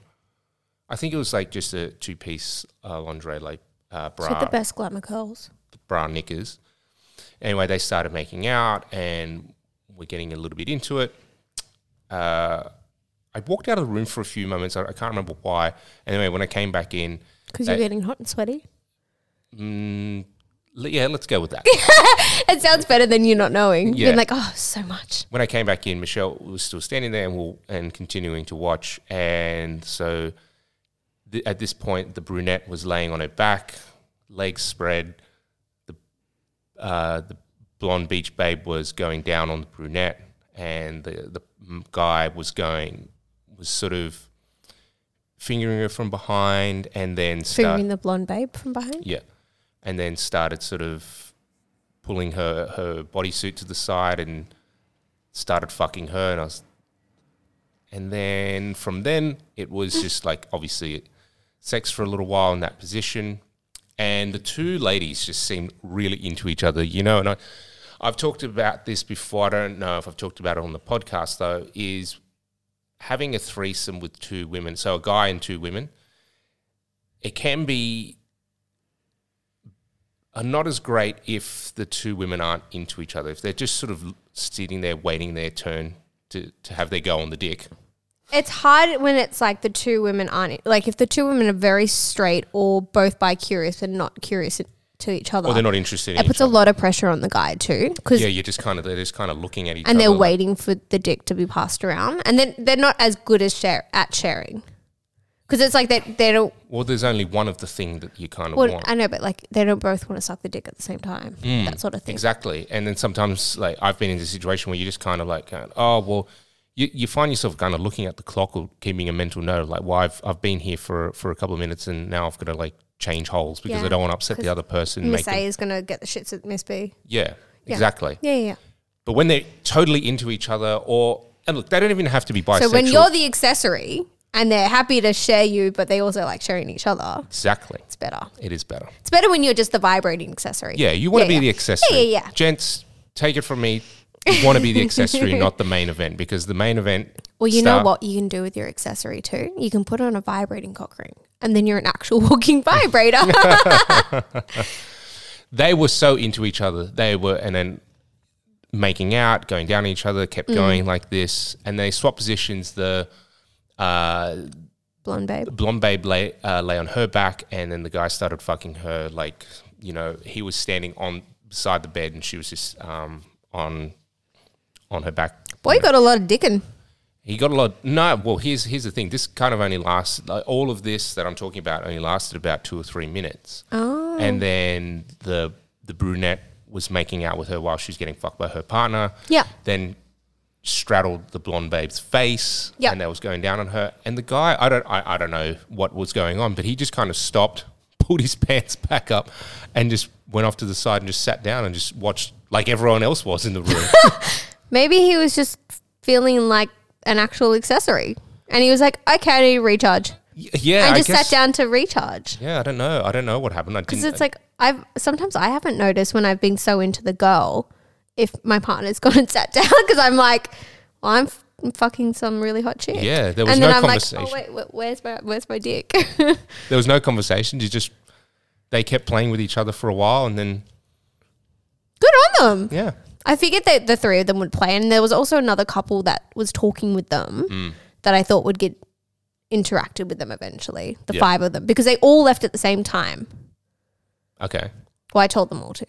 I think it was like just a two piece uh, lingerie, like uh,
She had
bra,
the best glamour curls.
bra knickers. Anyway, they started making out, and we're getting a little bit into it. Uh, I walked out of the room for a few moments. I, I can't remember why. Anyway, when I came back in,
Because
you're
you're
Uh,
getting hot and sweaty.
mm, le- yeah, let's go with that.
It sounds better than you not knowing.
Yeah.
Being like, oh, so much.
when I came back in, Michelle was still standing there and, will and continuing to watch. And so th- at this point, the brunette was laying on her back, legs spread. The, uh, the blonde beach babe was going down on the brunette, and the, the m- guy was going, was sort of fingering her from behind and then start,
Fingering the blonde babe from behind.
yeah. And then started sort of pulling her her bodysuit to the side and started fucking her and I was and then from then it was just like obviously sex for a little while in that position and the two ladies just seemed really into each other you know and I I've talked about this before I don't know if I've talked about it on the podcast though is having a threesome with two women so a guy and two women it can be are not as great if the two women aren't into each other. If they're just sort of sitting there waiting their turn to, to have their go on the dick.
It's hard when it's like the two women aren't like if the two women are very straight or both bi curious and not curious to each other.
Or they're not interested
it
in each
puts a
other.
lot of pressure on the guy too, because
Yeah, you're just kind of they're just kind of looking at each
and
other.
they're
like-
waiting for the dick to be passed around, and then they're not as good as share at sharing, because it's like they they don't.
Well, there's only one of the thing that you kind of
Well,
want.
I know, but like they don't both want to suck the dick at the same time, that sort of thing.
Hmm. Exactly. And then sometimes, like, I've been in a situation where you just kind of like, going, oh, well, you, you find yourself kind of looking at the clock or keeping a mental note, like, well, I've, I've been here for, for a couple of minutes and now I've got to, like, change holes because
Yeah.
I don't want to upset the other person. and
Miss
them-
A is gonna get the shits at Miss B.
yeah, exactly.
Yeah, yeah.
But when they're totally into each other, or and look, they don't even have to be bisexual.
yeah. So when you're the accessory and they're happy to share you, but they also like sharing each other,
exactly,
it's better.
it is better.
It's better when you're just the vibrating accessory.
Yeah, you want to be
yeah.
the accessory.
Yeah, yeah, yeah.
Gents, take it from me. You want to be the accessory, not the main event, because the main event.
Well, you
star-
know what you can do with your accessory too? You can put on a vibrating cock ring and then you're an actual walking vibrator.
They were so into each other. They were, and then making out, going down on each other, kept
Mm.
going like this, and they swapped positions. The uh,
Blonde babe.
blonde babe lay, uh, lay on her back, and then the guy started fucking her. Like, you know, he was standing on beside the bed, and she was just um, on on her back.
Boy, you got a lot of dickin'.
He got a lot. No, well, here's here's the thing. This kind of only lasts. Like, all of this that I'm talking about only lasted about two or three minutes. Oh. And then the the brunette was making out with her while she was getting fucked by her partner.
Yeah.
Then straddled the blonde babe's face
Yeah.
and that was going down on her and the guy i don't I, I don't know what was going on but he just kind of stopped pulled his pants back up and just went off to the side and just sat down and just watched like everyone else was in the room
Maybe he was just feeling like an actual accessory. And he was like, okay, I need to recharge.
Y- yeah
And
I
just
guess- Mm.
sat down to recharge.
yeah i don't know i don't know what happened i
Because
didn't
it's like, I've sometimes I haven't noticed when I've been so into the girl if my partner's gone and sat down because I'm like, well, I'm f- fucking some really hot chick.
Yeah, there was
and
no
then I'm
conversation.
like, oh, wait, wh- where's my, where's my dick?
there was no conversation you just they kept playing with each other for a while and then
Good on them.
yeah
I figured that the three of them would play, and there was also another couple that was talking with them
Mm.
that I thought would get interacted with them eventually. The
Yeah.
five of them because they all left at the same time.
okay
Well, I told them all to.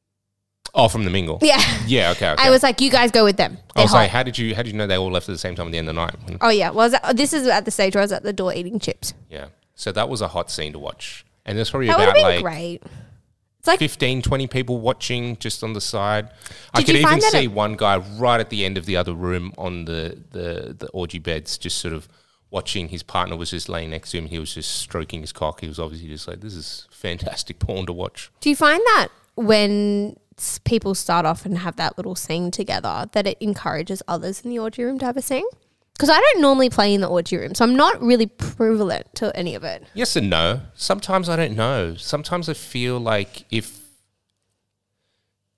oh from the mingle
Yeah,
yeah okay, Oh, okay.
I was like, you guys go with them.
I
They're
was like,
hot."
how did you how did you know they all left at the same time at the end of the night
oh yeah. Well, I was at- this is at the stage where I was at the door eating chips.
Yeah. So that was a hot scene to watch. And there's probably
That would have
about
been
like
great. It's like
fifteen, twenty 15, 20 people watching just on the side. I
Did
could
you
even
find that
see
it-
one guy right at the end of the other room on the, the, the orgy beds, just sort of watching. His partner was just laying next to him. He was just stroking his cock. He was obviously just like, this is fantastic porn to watch.
Do you find that when s- people start off and have that little sing together, that it encourages others in the orgy room to have a sing? Because I don't normally play in the orgy room, so I'm not really prevalent to any of it.
Yes and no. Sometimes I don't know. Sometimes I feel like if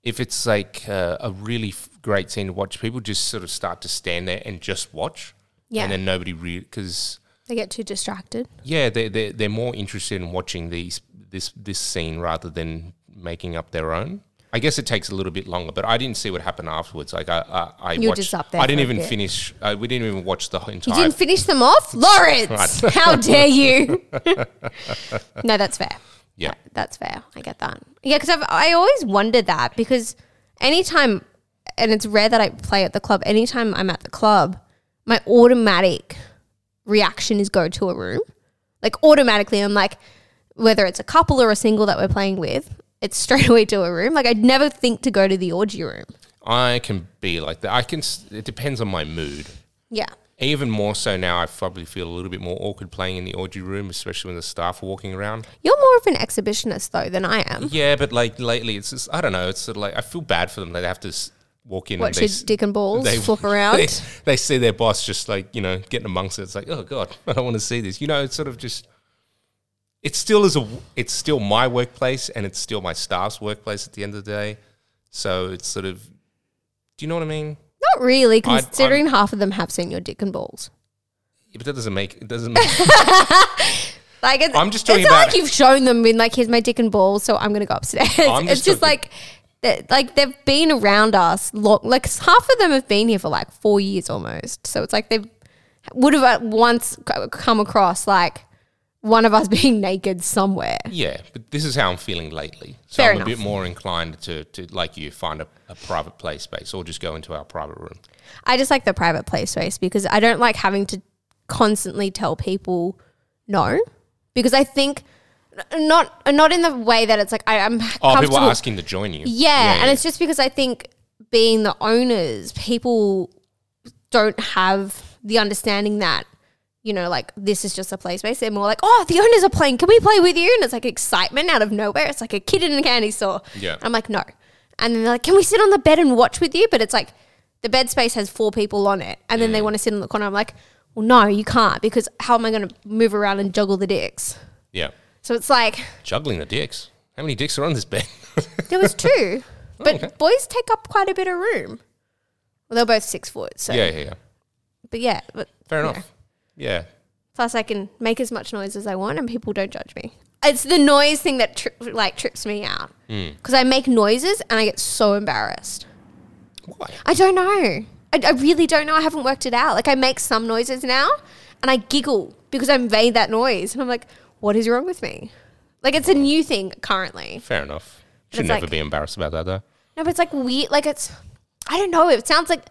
if it's like uh, a really f- great scene to watch, people just sort of start to stand there and just watch.
Yeah.
And then nobody really, because
They get too distracted.
yeah, they they they're more interested in watching these this this scene rather than making up their own. I guess it takes a little bit longer, but I didn't see what happened afterwards. Like I, I, I
You were
watched.
just up there
I didn't
for a
even
bit.
finish. Uh, we didn't even watch the
You
entire.
didn't finish them off? Lawrence! How dare you? no, that's fair.
yeah,
That's fair. I get that. Yeah, because I always wonder that because anytime, and it's rare that I play at the club, anytime I'm at the club, my automatic reaction is go to a room. Like, automatically, I'm like, whether it's a couple or a single that we're playing with, it's straight away to a room. Like, I'd never think to go to the orgy room.
I can be like that. I can. s- It depends on my mood.
Yeah.
Even more so now, I probably feel a little bit more awkward playing in the orgy room, especially when the staff are walking around.
You're more of an exhibitionist, though, than I am.
Yeah, but like lately, it's just I don't know. It's sort of like I feel bad for them. that They have to s- walk in.
Watch
and they
your
s-
dick and balls
they-
flop around.
They, they see their boss just like you know getting amongst it. It's like oh god, I don't want to see this. You know, it's sort of just. It still is a. It's still my workplace, and it's still my staff's workplace at the end of the day. So it's sort of. Do you know what I mean?
Not really,
I'd-
considering half of them have seen your dick and balls.
Yeah, But that doesn't make it doesn't. Make,
Like it's,
I'm just talking
it's not
about-
like you've shown them been like here's my dick and balls, so I'm gonna go upstairs.
I'm
it's just
just talking-
like that- like they've been around us long. Like s- half of them have been here for like four years almost. So it's like they would have at once c- come across like one of us being naked somewhere.
yeah, but this is how I'm feeling lately. So
Fair
I'm
enough.
a bit more inclined to, to like you find a, a private play space or just go into our private room.
I just like the private play space because I don't like having to constantly tell people no because I think n- not not in the way that it's like I, I'm
Oh, people
comfortable
are asking to join you.
Yeah, and it's just because I think being the owners, people don't have the understanding that you know, like this is just a play space. They're more like, oh, the owners are playing. Can we play with you? And it's like excitement out of nowhere. It's like a kid in a candy store.
Yeah.
I'm like, no. And then they're like, can we sit on the bed and watch with you? But it's like the bed space has four people on it, and then they want to sit in the corner. I'm like, well, no, you can't because how am I going to move around and juggle the dicks?
yeah,
So it's like
juggling the dicks. How many dicks are on this bed?
There was two, but
Oh, okay.
boys take up quite a bit of room. Well, they're both six foot, so
yeah, yeah, yeah.
But yeah, but
Fair enough. Yeah.
plus I can make as much noise as I want, and people don't judge me. It's the noise thing that tri- like trips me out
Hmm.
because I make noises and I get so embarrassed.
Why?
I don't know. I, I really don't know. I haven't worked it out. Like I make some noises now, and I giggle because I made that noise, and I'm like, what is wrong with me? Like it's a new thing currently.
Fair enough.
But
Should
it's
never
like-
be embarrassed about that though.
No, but it's like weird. Like it's, I don't know. It sounds like,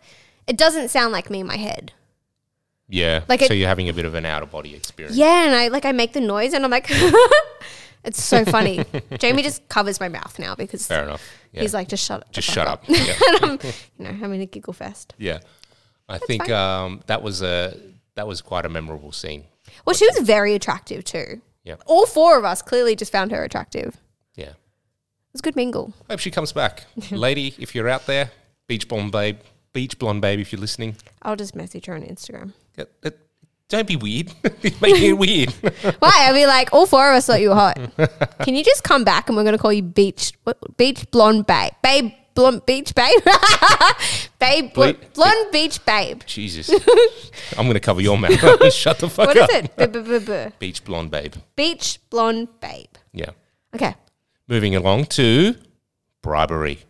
it doesn't sound like me in my head.
Yeah.
Like
Like so
it-
you're having a bit of an out of body experience.
Yeah, and I like I make the noise, and I'm like, it's so funny. Jamie just covers my mouth now because
Fair enough. Yeah.
he's like, just shut up.
Just shut up. Yeah.
You know, having a giggle fest.
yeah. I think um, that was a that was quite a memorable scene.
Well, she was very attractive too.
Yeah.
All four of us clearly just found her attractive. It
Yeah.
was a good mingle.
Hope she comes back. Lady, if you're out there, beach blonde babe, beach blonde babe, if you're listening,
I'll just message her on Instagram.
get- it- don't be weird. Make it weird.
Why? I'll be like, all four of us thought you were hot. Can you just come back and we're going to call you Beach what- Beach Blonde Babe? Babe Blonde Beach Babe? babe bl-
Bleep.
Blonde Beach Babe.
Jesus. I'm going to cover your mouth. Shut the fuck
What
up.
is it? B- b- b- b-
Beach blonde babe.
Beach Blonde Babe.
Yeah.
Okay.
Moving along to bribery.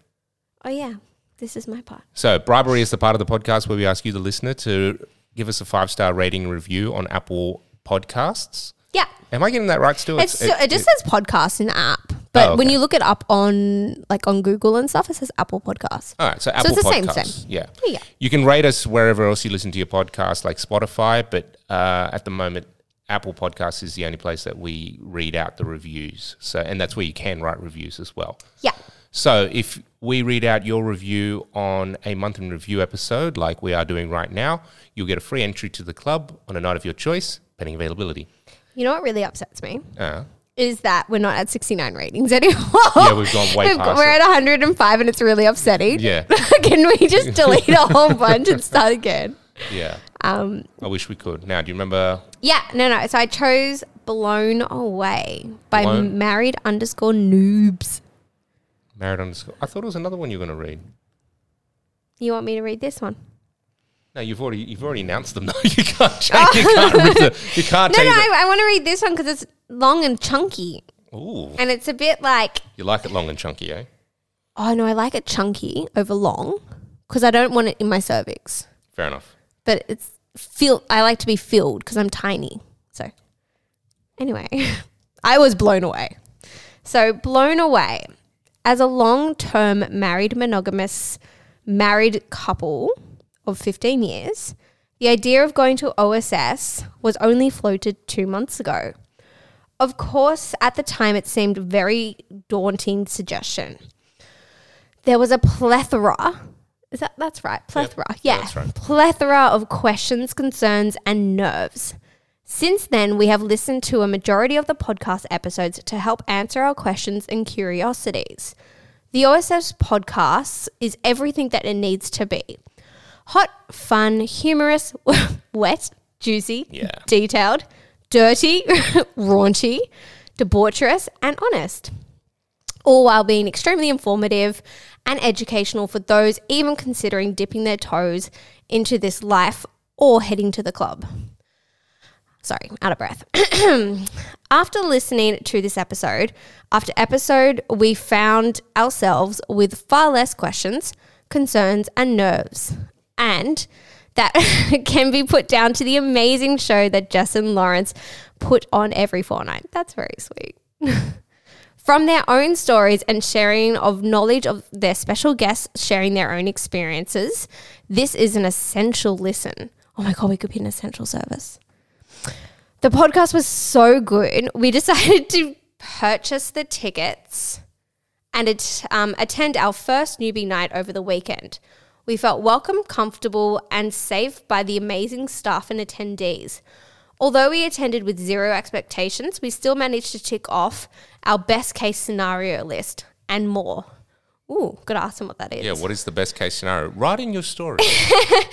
Oh, yeah. This is my part.
So, bribery is the part of the podcast where we ask you, the listener, to give us a five star rating and review on Apple Podcasts.
Yeah.
Am I getting that right still?
It's,
It's-
it, just says podcast in app. But
Oh,
when
okay.
you look it up on like on Google and stuff, it says Apple Podcasts.
All right, so Apple
it's the same,
Podcasts.
same.
Yeah.
There you go.
You can rate us wherever else you listen to your podcast, like Spotify, but uh, at the moment, Apple Podcasts is the only place that we read out the reviews. So, and that's where you can write reviews as well.
Yeah.
So, if we read out your review on a month in review episode, like we are doing right now, you'll get a free entry to the club on a night of your choice, pending availability.
You know what really upsets me?
Uh,
is that we're not at 69 ratings anymore.
Yeah, we've gone way past
We're
it.
at 105 and it's really upsetting.
Yeah.
Can we just delete a whole bunch and start again?
yeah. Um, I wish we could. Now, do you remember?
Yeah, no, no. So I chose Blown Away by
Blown-
Married underscore Noobs.
Married underscore. I thought it was another one you were going to read.
You want me to read this one?
No, you've already you've already announced them. No, you can't change. You can't rip the. You can't
No, no,
change.
I, I want to read this one because it's long and chunky.
the- Ooh,
And it's a bit like,
you like it long and chunky, eh?
oh no, I like it chunky over long because I don't want it in my cervix.
Fair enough.
But it's feel. I like to be filled because I'm tiny. So anyway, I was blown away. So blown away as a long-term married monogamous married couple of 15 years. The idea of going to OSS was only floated two months ago. Of course, at the time, it seemed a very daunting suggestion. There was a plethora. Is that that's right? Plethora.
Yeah,
Yeah.
that's right.
Plethora of questions, concerns, and nerves. Since then, we have listened to a majority of the podcast episodes to help answer our questions and curiosities. The OSS podcast is everything that it needs to be hot, fun, humorous, wet, juicy,
Yeah.
detailed, dirty, raunchy, debaucherous, and honest. All while being extremely informative and educational for those even considering dipping their toes into this life or heading to the club. Sorry, out of breath. after listening to this episode, after episode, we found ourselves with far less questions, concerns, and nerves. And that can be put down to the amazing show that Jess and Lawrence put on every fortnight. That's very sweet. From their own stories and sharing of knowledge of their special guests sharing their own experiences, this is an essential listen. Oh my God, we could be an essential service. The podcast was so good. We decided to purchase the tickets and at, um, attend our first newbie night over the weekend. We felt welcome, comfortable, and safe by the amazing staff and attendees. Although we attended with zero expectations, we still managed to tick off our best case scenario list and more. Ooh, gotta ask them what that is.
Yeah. What is the best case scenario? Write in your story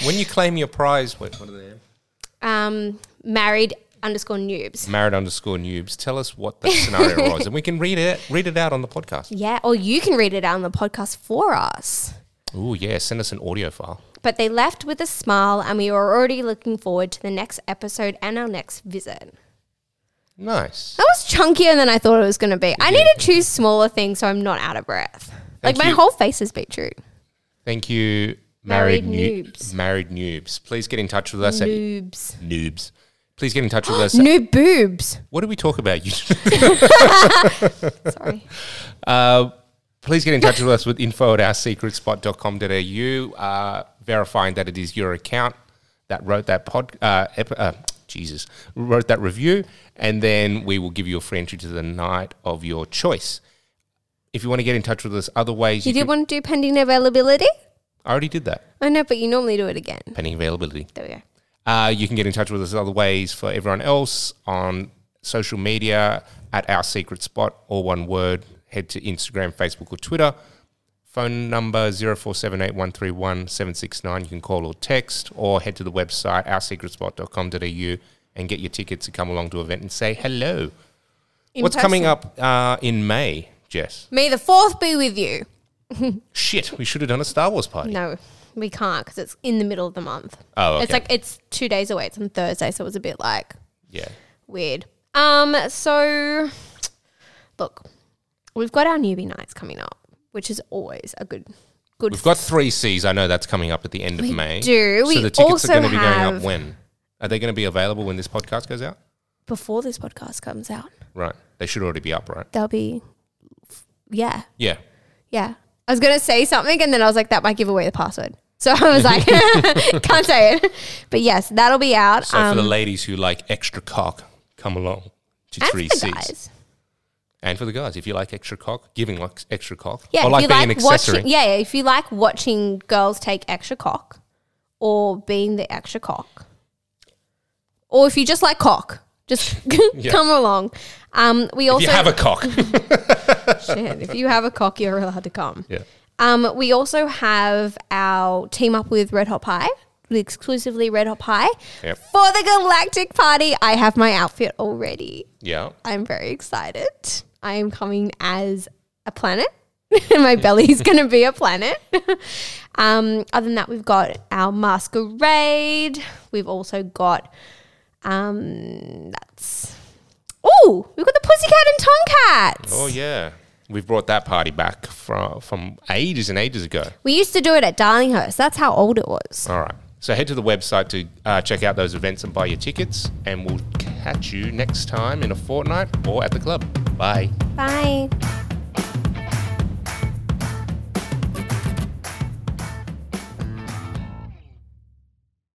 when you claim your prize. Wait, what are they?
Um, married underscore noobs.
Married underscore noobs. Tell us what that scenario was, and we can read it read it out on the podcast.
Yeah, or you can read it out on the podcast for us.
Ooh, yeah. Send us an audio file.
But they left with a smile, and we were already looking forward to the next episode and our next visit.
Nice.
That was chunkier than I thought it was going to be. I need to choose smaller things so I'm not out of breath.
Thank
like my
you.
whole face is beetroot.
Thank you, married,
Married
noo-
noobs.
Married noobs. Please get in touch with us at
Noobs.
noobs. Please get in touch with us.
Noob boobs.
What do we talk about? You
Sorry.
Uh, please get in touch with us with info at oursecretspot.com.au, uh, verifying that it is your account that wrote that pod, uh, ep- uh, Jesus, wrote that review, and then we will give you a free entry to the night of your choice. If you want to get in touch with us other ways,
You
you,
did
can,
want to do pending availability?
I already did that,
I know, but you normally do it again.
pending availability.
There we go.
Uh, you can get in touch with us other ways for everyone else on social media at Our Secret Spot, all one word. Head to Instagram, Facebook, or Twitter. Phone number 0478131769. You can call or text or head to the website oursecretspot.com.au and get your tickets to come along to event and say hello.
In
What's coming
person.
up uh, in May, Jess?
May the fourth be with you.
Shit, we should have done a Star Wars party.
No, we can't because it's in the middle of the month.
Oh, okay.
It's like it's two days away. It's on Thursday, so it was a bit like
Yeah.
Weird. Um, so look, we've got our newbie nights coming up, which is always a good good
We've got three C's. I know that's coming up at the end of May.
do. We
so the tickets
also
are going to be going up
have-
when? Are they going to be available when this podcast goes out?
before this podcast comes out.
Right. They should already be up, right?
They'll be yeah,
Yeah.
yeah. I was gonna say something and then I was like, that might give away the password. So I was like, can't say it. But yes, that'll be out.
So
um,
for the ladies who like extra cock, come along to
and
three
for the
C's.
guys.
And for the guys, if you like extra cock, giving like extra cock,
Yeah,
or
if
like
you
being an
like
accessory.
watching yeah, yeah, if you like watching girls take extra cock or being the extra cock. Or if you just like cock, just come along. Um, we
if
also
you have a cock.
shit, if you have a cock, you're allowed to come.
yeah.
Um, we also have our team up with Red Hot Pie, with exclusively Red Hot Pie.
Yep.
For the Galactic Party, I have my outfit already.
Yeah.
I'm very excited. I am coming as a planet My belly's going to be a planet. um, other than that, we've got our masquerade. We've also got um, that's oh, we've got the pussycat and tomcats.
Oh yeah, we've brought that party back from from ages and ages ago.
We used to do it at Darlinghurst. That's how old it was.
All right, so head to the website to uh, check out those events and buy your tickets, and we'll catch you next time in a fortnight or at the club. Bye.
Bye.